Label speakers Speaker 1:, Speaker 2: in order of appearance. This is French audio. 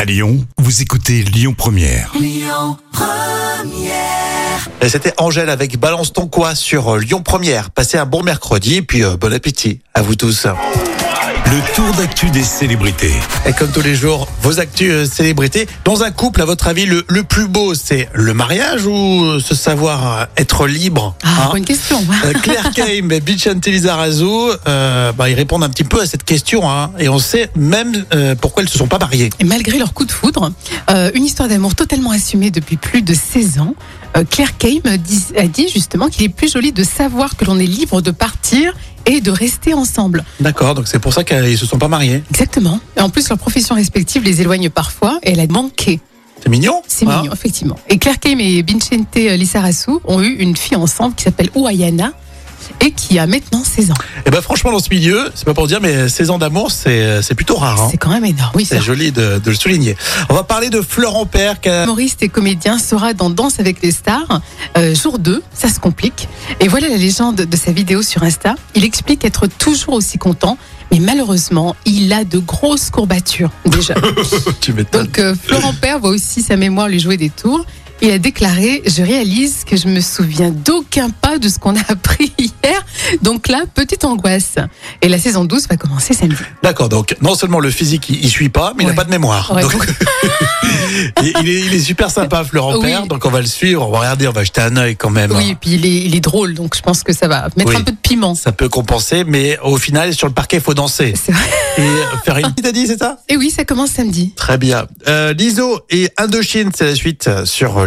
Speaker 1: À Lyon, vous écoutez Lyon Première.
Speaker 2: Et c'était Angèle avec Balance ton quoi sur euh, Lyon Première. Passez un bon mercredi et puis euh, bon appétit à vous tous.
Speaker 1: Le tour d'actu des célébrités.
Speaker 2: Et comme tous les jours, vos actus euh, célébrités. Dans un couple, à votre avis, le, le plus beau, c'est le mariage ou euh, se savoir euh, être libre
Speaker 3: Ah,
Speaker 2: hein
Speaker 3: bonne question.
Speaker 2: Euh, Claire Kaim et Bichente Lizarazu, euh, bah, ils répondent un petit peu à cette question. hein. et on sait même euh, pourquoi ils se sont pas mariés.
Speaker 3: Et malgré leur coup de foudre, euh, une histoire d'amour totalement assumée depuis plus de 16 ans, euh, Claire Kame dit- a dit justement qu'il est plus joli de savoir que l'on est libre de partir et de rester ensemble.
Speaker 2: D'accord, donc c'est pour ça qu'ils se sont pas mariés.
Speaker 3: Exactement. Et en plus, leurs professions respectives les éloignent parfois et elle a manqué.
Speaker 2: C'est mignon
Speaker 3: C'est
Speaker 2: hein
Speaker 3: mignon, effectivement. Et Claire Kame et Bincente Lissarassou ont eu une fille ensemble qui s'appelle Ouayana et qui a maintenant 16 ans.
Speaker 2: Et ben franchement, dans ce milieu, c'est pas pour dire, mais 16 ans d'amour, c'est c'est plutôt rare. hein.
Speaker 3: C'est quand même énorme. Oui, c'est
Speaker 2: C'est joli de, de le souligner. On va parler de Florent euh, Père. qui a-
Speaker 3: humoriste et comédien sera dans Danse avec les stars, euh, jour 2, ça se complique. Et voilà la légende de sa vidéo sur Insta. Il explique être toujours aussi content, mais malheureusement, il a de grosses courbatures déjà.
Speaker 2: Tu m'étonnes.
Speaker 3: Donc euh, Florent Père voit aussi sa mémoire lui jouer des tours. Il a déclaré Je réalise que je me souviens d'aucun pas de ce qu'on a appris hier. Donc là, petite angoisse. Et la saison 12 va commencer samedi.
Speaker 2: D'accord, donc non seulement le physique il, il suit pas, mais il n'a
Speaker 3: Ouais.
Speaker 2: pas de mémoire. Ah,
Speaker 3: Ouais,
Speaker 2: Donc, il, il est, il est super sympa, Florent
Speaker 3: Oui.
Speaker 2: Père. Donc on va le suivre, on va regarder, on va jeter un œil quand même.
Speaker 3: Oui, et puis il est, il est drôle, donc je pense que ça va mettre
Speaker 2: bah. Oui.
Speaker 3: un peu de piment.
Speaker 2: Ça peut compenser, mais au final, sur le parquet, il faut danser.
Speaker 3: C'est vrai.
Speaker 2: Et faire une t'as dit, c'est ça
Speaker 3: Et oui, ça commence samedi.
Speaker 2: Très bien. Euh, Liso et Indochine, c'est la suite euh, sur euh,